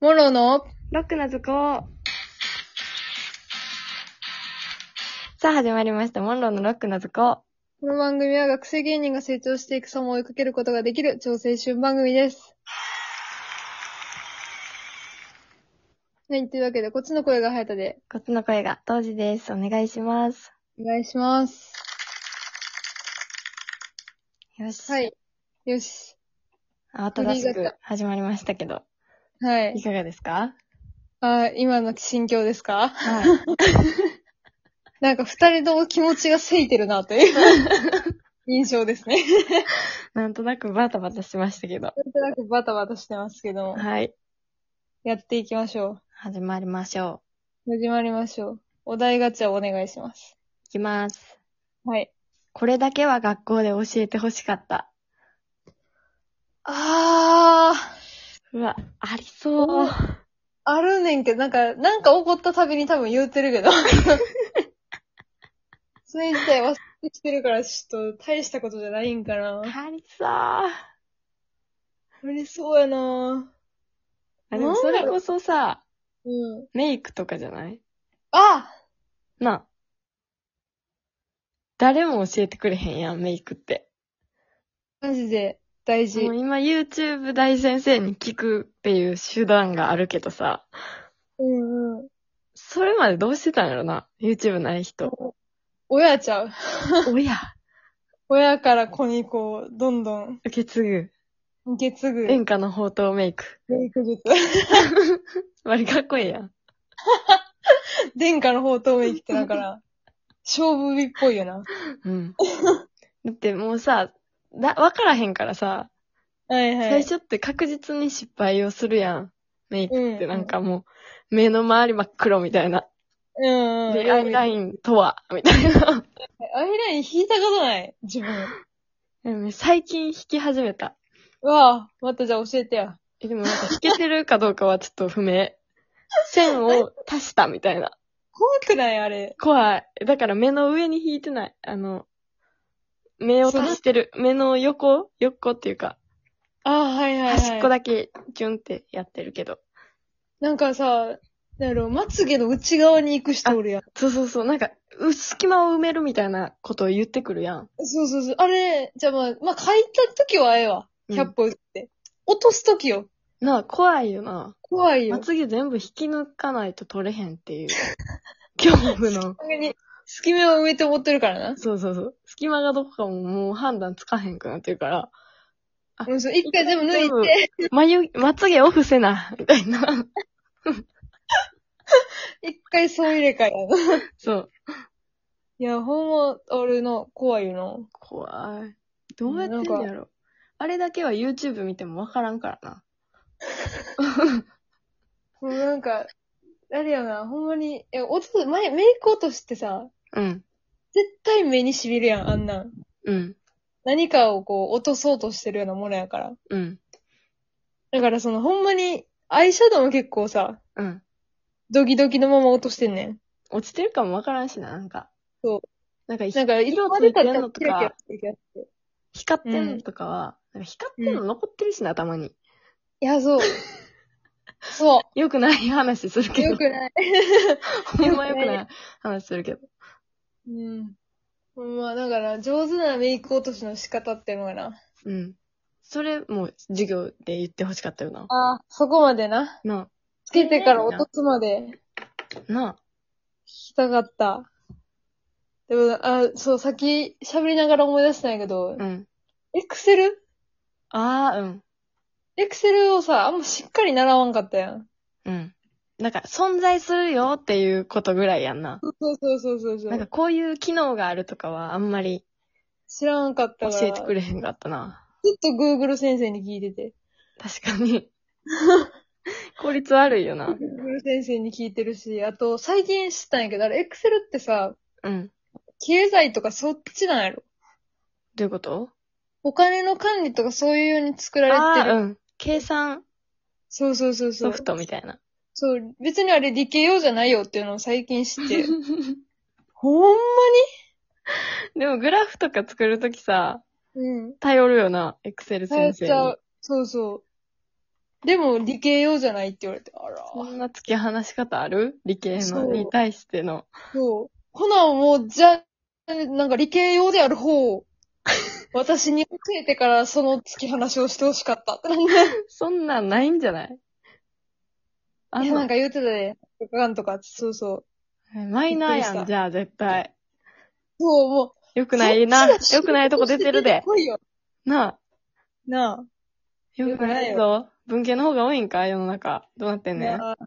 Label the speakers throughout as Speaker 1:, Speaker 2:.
Speaker 1: モロの
Speaker 2: ロックな図工。さあ、始まりました。モンローのロックな図工。
Speaker 1: この番組は学生芸人が成長していく様を追いかけることができる超青春番組です。はい、というわけで、こっちの声が早田で、
Speaker 2: こっちの声が当時です。お願いします。
Speaker 1: お願いします。
Speaker 2: よし。
Speaker 1: はい。よし。
Speaker 2: 慌ただし
Speaker 1: 振り
Speaker 2: く
Speaker 1: 方
Speaker 2: 始まりましたけど、
Speaker 1: はいい。
Speaker 2: かがですか
Speaker 1: あー今の心境ですか
Speaker 2: はい。
Speaker 1: なんか二人とも気持ちがせいてるなと いう印象ですね。
Speaker 2: なんとなくバタバタしましたけど。
Speaker 1: なんとなくバタバタしてますけども、
Speaker 2: はい。
Speaker 1: やっていきましょ
Speaker 2: 始まりましょ
Speaker 1: う。始まりましょう。お題ガチャお願いします。
Speaker 2: う。いきます。
Speaker 1: はい。
Speaker 2: これだけは学校で教えてほしかった。
Speaker 1: あー。
Speaker 2: うわ、ありそう。
Speaker 1: あるねんけど、なんか、なんか起こったたびに多分言うてるけど。 それ自体忘れてきてるから、ちょっと大したことじゃないんかな。
Speaker 2: ありそう。あ
Speaker 1: 無理そうやな
Speaker 2: でもそれこそさ、
Speaker 1: うん。
Speaker 2: メイクとかじゃない
Speaker 1: あ
Speaker 2: なあ。誰も教えてくれへんやん、メイクって。
Speaker 1: マジで大事
Speaker 2: もう。今 YouTube 大先生に聞くっていう手段があるけどさ、
Speaker 1: うんうん。
Speaker 2: それまでどうしてたんやろな ?YouTube ない人。
Speaker 1: 親ちゃう。
Speaker 2: 親、
Speaker 1: 親から子にこう、どんどん
Speaker 2: 受け継ぐ。
Speaker 1: 受け継ぐ。
Speaker 2: 殿下の宝刀メイク。
Speaker 1: メイク術。
Speaker 2: 割りかっこいいやん。
Speaker 1: 殿下の宝刀メイクってだから、勝負日っぽいよな。
Speaker 2: うん。だってもうさ、だ、わからへんからさ、
Speaker 1: はいはい。
Speaker 2: 最初って確実に失敗をするやん。メイクって
Speaker 1: うん
Speaker 2: なんかもう、目の周り真っ黒みたいな。
Speaker 1: うんうん。
Speaker 2: で、アイラ
Speaker 1: イン。
Speaker 2: インとは、みたいな。
Speaker 1: アイライン引いたことない。自分。
Speaker 2: うん最近弾き始めた。
Speaker 1: うわあ、またじゃあ教えてや。
Speaker 2: えでもなんか弾けてるかどうかはちょっと不明。線を足したみたいな。
Speaker 1: 怖くないあれ。
Speaker 2: 怖い。だから目の上に弾いてない。あの、目を足してる。目の横横っていうか、
Speaker 1: ああ、はいはい、はい。
Speaker 2: 端っこだけキュンってやってるけど。
Speaker 1: なんかさ、なんやろ、まつげの内側に行く人おるやん。
Speaker 2: そうそうそう。なんか、う隙間を埋めるみたいなことを言ってくるやん。
Speaker 1: そうそうそう。あれ、じゃあまあ、まあ、書いた時はええわ。
Speaker 2: うん
Speaker 1: 100歩打って。落とす時よ。
Speaker 2: なあ、怖いよな。
Speaker 1: 怖いよ。
Speaker 2: まつげ全部引き抜かないと取れへんっ ていう。恐怖の。
Speaker 1: げに隙間を埋めて思ってるからな。
Speaker 2: そうそうそう。隙間がどこかももう判断つかへんくなってるから、あ
Speaker 1: うん、そう。一回全部抜いて、
Speaker 2: 眉、まつげオフせな、みたいな。
Speaker 1: 一回総入れ替えや な。い
Speaker 2: そう。
Speaker 1: や、ほんま、あれの、怖いよ
Speaker 2: 怖い。どうやってんのやろ。あれだけは YouTube 見てもわからんからな。
Speaker 1: な。もうなんか、あれやな、ほんまに、え、落とす、前、メイク落としってさ、
Speaker 2: うん。
Speaker 1: 絶対目に痺るやん、あんなん。
Speaker 2: うん。
Speaker 1: 何かをこう落とそうとしてるようなものやから。
Speaker 2: うん。
Speaker 1: だからそのほんまにアイシャドウも結構さ、
Speaker 2: うん。
Speaker 1: ドキドキのまま落としてんねん。
Speaker 2: 落ちてるかもわからんしな、なんか。
Speaker 1: そう。
Speaker 2: なんか、
Speaker 1: なんか
Speaker 2: 色ついてんの
Speaker 1: 色まで
Speaker 2: とか
Speaker 1: 立、ったらキラキラしてる
Speaker 2: 光ってんのとかは、なんか光ってんの残ってるしな、たまに。
Speaker 1: やついや、 そう。そ
Speaker 2: よくない話する
Speaker 1: う。
Speaker 2: けど。
Speaker 1: よくない。
Speaker 2: ほんまよくない話するけど。
Speaker 1: うん。ほんま、だから上手なメイク落としの仕方っていうのがな。
Speaker 2: うん。それも授業で言ってほしかったよな。
Speaker 1: ああ、そこまでな。
Speaker 2: な
Speaker 1: つけてから落とすまで聞
Speaker 2: あ、な
Speaker 1: きたかった。でも、あ、そう、さっき喋りながら思い出したんやけど
Speaker 2: あ、、うん。
Speaker 1: エクセル
Speaker 2: ああ、うん。
Speaker 1: エクセルをさ、あんましっかり習わんかったやん。
Speaker 2: うん。なんか、存在するよっていうことぐらいやんな。
Speaker 1: そうそうそうそうそう。
Speaker 2: なんか、こういう機能があるとかは、あんまり
Speaker 1: 知らんかった
Speaker 2: 教
Speaker 1: から。
Speaker 2: えてくれへんかったな。
Speaker 1: ずっと Google 先生に聞いてて。
Speaker 2: 確か に。効率悪いよな。
Speaker 1: Google 先生に聞いてるし、あと、最近知ったんやけど、あれ、Excel ってさ、
Speaker 2: うん。
Speaker 1: 経済とかそっちなんやろ。
Speaker 2: どういうこと
Speaker 1: お金の管理とかそういうように作
Speaker 2: あ
Speaker 1: られ
Speaker 2: あ
Speaker 1: て
Speaker 2: ー、
Speaker 1: る。
Speaker 2: うん。計算
Speaker 1: そうそうそうそ
Speaker 2: ソ
Speaker 1: う
Speaker 2: フ。トみたい な。
Speaker 1: そう、別にあれ理系用じゃないよっていうのを最近知 って。ほん
Speaker 2: でも、グラフとか作るときさ、
Speaker 1: まにうん。
Speaker 2: 頼るよな、エクセ
Speaker 1: や
Speaker 2: ル
Speaker 1: っ
Speaker 2: 先生
Speaker 1: ちゃ
Speaker 2: に
Speaker 1: う。。そうそう。でも理系用じゃないって言われて、あら。
Speaker 2: そんな突き放し方ある理系
Speaker 1: そ
Speaker 2: の
Speaker 1: う
Speaker 2: に対しての。
Speaker 1: そう。ほな、もう、じゃ、なんか理系用である方を、私に教えてからその突き放しをしてほしかった。なんか
Speaker 2: そんなんないんじゃないあ
Speaker 1: いやなん
Speaker 2: の、
Speaker 1: か言ってたね。とかなんとか、そうそう。
Speaker 2: マイナー
Speaker 1: びっくりし
Speaker 2: やん、
Speaker 1: た
Speaker 2: じゃあ絶対。
Speaker 1: そう、もう。
Speaker 2: よくないな。
Speaker 1: そっちが
Speaker 2: よくないとこ出てるで。
Speaker 1: 来いよ
Speaker 2: なあ。
Speaker 1: な
Speaker 2: よくないぞ。文系の方が多いんか世の中。どうなって
Speaker 1: あ。
Speaker 2: んねん。
Speaker 1: なあ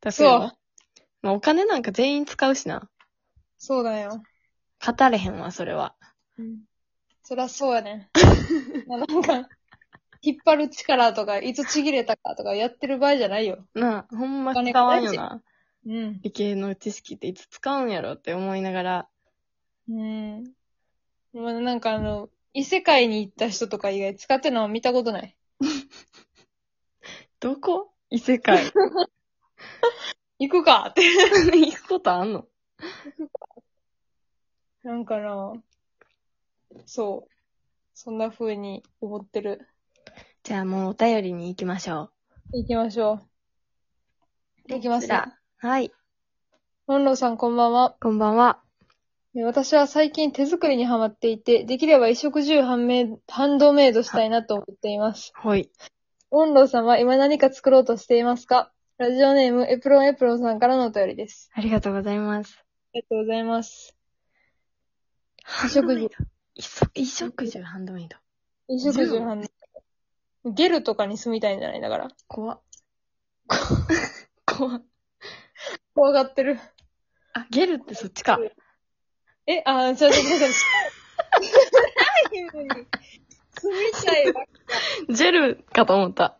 Speaker 2: 確
Speaker 1: そう
Speaker 2: かに。まあ、お金なんか全員使うしな。
Speaker 1: そうだよ。
Speaker 2: 語れへんわ、それは。
Speaker 1: うん。そりゃそうやね。なんか、引っ張る力とか、いつちぎれたかとかやってる場合じゃないよ。
Speaker 2: なあ、ほんま
Speaker 1: お金
Speaker 2: 使わんよ
Speaker 1: か
Speaker 2: な。
Speaker 1: うん。
Speaker 2: 理系の知識っていつ使うんやろって思いながら。
Speaker 1: うん。まあ、なんかあの、異世界に行った人とか以外使ってるのは見たことない。
Speaker 2: どこ異世界。
Speaker 1: 行くかって。
Speaker 2: 行くことあんの
Speaker 1: なんかな、そう。そんな風に思ってる。
Speaker 2: じゃあもうお便りに行きましょ
Speaker 1: 行きましょう。行き
Speaker 2: う。
Speaker 1: ます。
Speaker 2: はい。
Speaker 1: モンローさんこんばんは。
Speaker 2: こんばんは。
Speaker 1: え私は最近手作りにハマっていて、できれば衣食住ハンメハンドメイドしたいなと思っています。
Speaker 2: はい。
Speaker 1: モンローさんは今何か作ろうとしていますかラジオネーム、エプロンエプロンさんからのお便りです。
Speaker 2: ありがとうございます。
Speaker 1: ありがとうございます。
Speaker 2: 衣
Speaker 1: 食 住。
Speaker 2: 衣食住ハンドメイド。
Speaker 1: 飲食住ハンドメイド。ゲルとかに住みたいんじゃないだから。
Speaker 2: 怖っ。 怖っ。
Speaker 1: 怖がってる。
Speaker 2: あ、ゲルってそっちか。
Speaker 1: え、あー、ちょ、ちょ、ちょ、ちょ、ないのに。住みたいわ。
Speaker 2: ジェルかと思 った。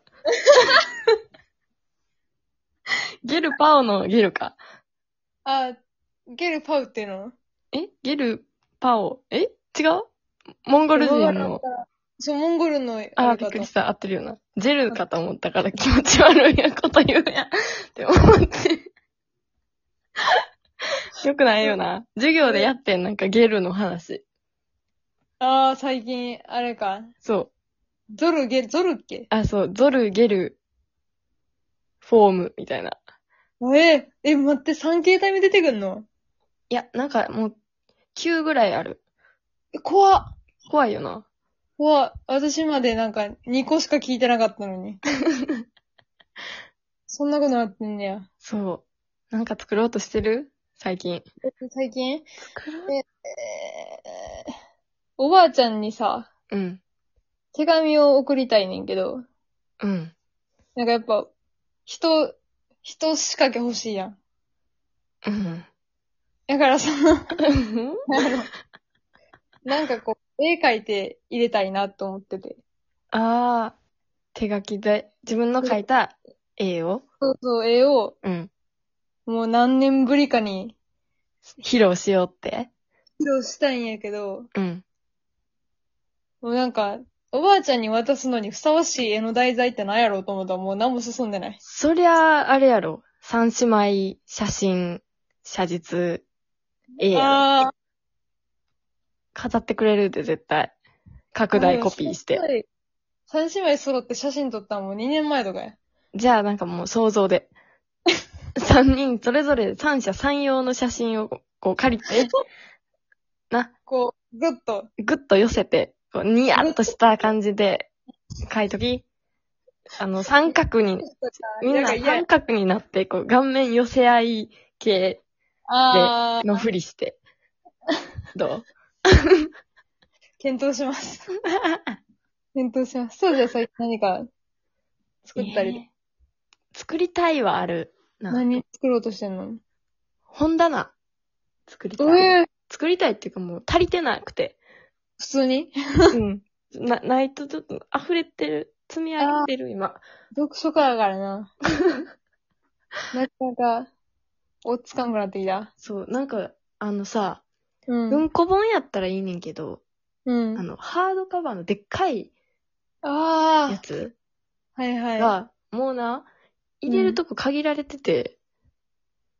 Speaker 2: ゲルパオのゲルか。
Speaker 1: あー、ゲルパウっていうの
Speaker 2: えゲルパオ。え違うモンゴル人の。。
Speaker 1: そう、モンゴルの
Speaker 2: あ
Speaker 1: れ
Speaker 2: びっ
Speaker 1: か
Speaker 2: く
Speaker 1: と
Speaker 2: りした。合ってるよな。ジェルかと思ったから気持ち悪いこと言うやん。って思 って。よくないよな。授業でやってん、なんかゲルの話。
Speaker 1: あー、最近、あれか。
Speaker 2: そう。
Speaker 1: ゾルゲ、ゾルっけ
Speaker 2: あ、そう。ゾル、ゲル、フォーム、みたいな。
Speaker 1: えー、え、待って、三形態目出てくんの
Speaker 2: いや、なんかもう、9ぐらいある。
Speaker 1: え、怖っ。
Speaker 2: 怖いよな。
Speaker 1: 怖っ。私までなんか、2個しか聞いてなかったの に。そんなことなってんねや。
Speaker 2: そう。なんか作ろうとしてる最近。
Speaker 1: 最近
Speaker 2: 作ろ
Speaker 1: えーおばあちゃんにさ、
Speaker 2: ううん。
Speaker 1: 手紙を送りたいねんけど、
Speaker 2: うん。
Speaker 1: なんかやっぱ、人、人仕掛け欲しいやん。
Speaker 2: うん。
Speaker 1: だからその、 なんかこう、絵描いて入れたいなと思ってて。
Speaker 2: ああ、手書きで、自分の描いた絵を、
Speaker 1: そうそう、絵を、
Speaker 2: うん、
Speaker 1: もう何年ぶりかに
Speaker 2: 披露しようって。
Speaker 1: 披露したいんやけど、
Speaker 2: うん。
Speaker 1: もうなんか、おばあちゃんに渡すのにふさわしい絵の題材って何やろうと思ったらもう何も進んでない。
Speaker 2: そりゃあ、あれやろ。三姉妹、写真、写実、絵やろ。
Speaker 1: ああ、
Speaker 2: 飾ってくれるで絶対。拡大コピーして。
Speaker 1: て。三姉妹揃って写真撮ったのもう2年前とかや。
Speaker 2: じゃあなんかもう想像 で。三人、それぞれ三者三様の写真をこう借りて、な、
Speaker 1: こう、ぐっと、
Speaker 2: ぐっと寄せて、こうニヤッとした感じで書いとき、あの、三角に、みんな
Speaker 1: か嫌や
Speaker 2: 三角になって、こう、顔面寄せ合い系
Speaker 1: ああ、
Speaker 2: のふりして。どう
Speaker 1: 検討します。 検討します。そうじゃ、最近何か作ったり、
Speaker 2: えー作りたいはある。な、
Speaker 1: 何作ろうとしてんの
Speaker 2: 本棚。作りたい。
Speaker 1: ええ
Speaker 2: 作りたいっていうかもう足りてなくて。
Speaker 1: 普通に
Speaker 2: うん。な、ないとちょっと溢れてる。積み上げてる、今。
Speaker 1: 読書家だから な。なかなか、おっつかんくなってきた。
Speaker 2: そう、なんか、あのさ、
Speaker 1: うん。
Speaker 2: 文庫本やったらいいねんけど、
Speaker 1: うん。
Speaker 2: あの、ハードカバーのでっかいや
Speaker 1: あ
Speaker 2: つ
Speaker 1: あ、はいは
Speaker 2: が、もうな、入れるとこ限られてて、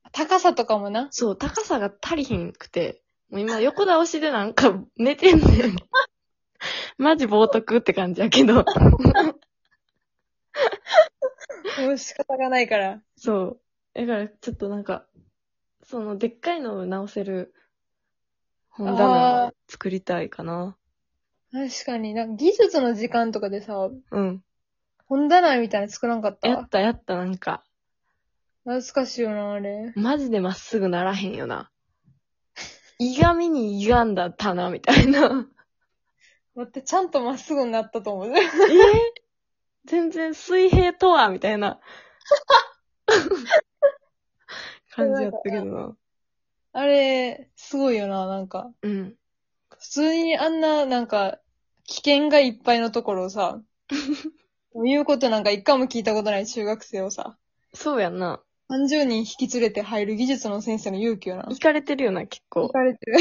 Speaker 1: い。高さとかもな。
Speaker 2: そう、高さが足りひんくて、もう今横倒しでなんか寝てんねん。 マジ冒涜って感じやけど。
Speaker 1: もう仕方がないから。
Speaker 2: そう。だから、ちょっとなんか、その、でっかいのを直せる本棚を作りたいかな。
Speaker 1: 確かに、なんか技術の時間とかでさ、
Speaker 2: うん。
Speaker 1: 本棚みたいなの作らんかっ
Speaker 2: や
Speaker 1: た
Speaker 2: ったやった、なんか、
Speaker 1: 懐かしいよな、あれ。
Speaker 2: マジでまっすぐならへん よな。いがみにいがんだ棚みたいな。
Speaker 1: 待って、ちゃんとまっすぐになったと思う。
Speaker 2: え全然水平とはみた いな。感じやったけどな。
Speaker 1: あれ、すごいよな、なんか。
Speaker 2: うん。
Speaker 1: 普通にあんな、なんか、危険がいっぱいのところを さ、言うことなんか一回も聞いたことない中学生をさ、
Speaker 2: そうやんな。
Speaker 1: 30人引き連れて入る技術の先生の勇気よな。
Speaker 2: 行かれてるよな、結
Speaker 1: 行
Speaker 2: 構。
Speaker 1: かれてる。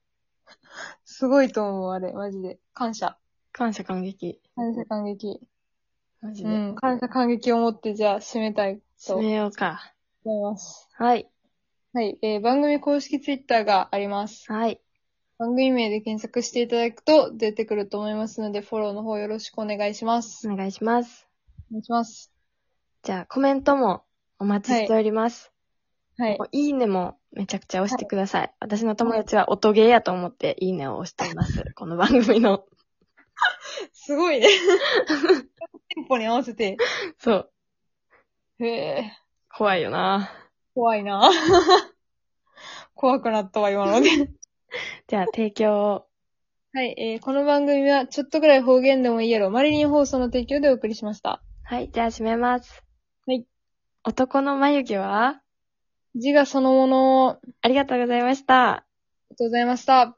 Speaker 1: すごいと思う、あれ、マジで。感謝。
Speaker 2: 感謝感激。
Speaker 1: 感謝感激。
Speaker 2: マジ
Speaker 1: う
Speaker 2: で。
Speaker 1: ん、感謝感激を持って、じゃあ、締めたいと
Speaker 2: 締
Speaker 1: 思い
Speaker 2: めようか。
Speaker 1: ます。
Speaker 2: はい。
Speaker 1: はい、えー、番組公式ツイッターがあります。
Speaker 2: はい。
Speaker 1: 番組名で検索していただくと出てくると思いますので、フォローの方よろしくお願いします。
Speaker 2: お願いします。
Speaker 1: お願いします。
Speaker 2: じゃあ、コメントもお待ちしております。
Speaker 1: はい。
Speaker 2: い、いねもめちゃくちゃ押してください。私の友達は音ゲーやと思っていいねを押して います。この番組の。
Speaker 1: すごいね。テンポに合わせて。
Speaker 2: そう。
Speaker 1: へえ、
Speaker 2: 怖いよな。
Speaker 1: 怖いな。怖くなったわ、今ので。
Speaker 2: じゃあ、提供を。
Speaker 1: はい、えー、この番組は、ちょっとぐらい方言でもいいやろ、マリリン放送の提供でお送りしました。
Speaker 2: はい。じゃあ、締めます。
Speaker 1: はい。
Speaker 2: 男の眉毛は
Speaker 1: 字がそのもの、あり
Speaker 2: ありがとうございました。
Speaker 1: がとうございました。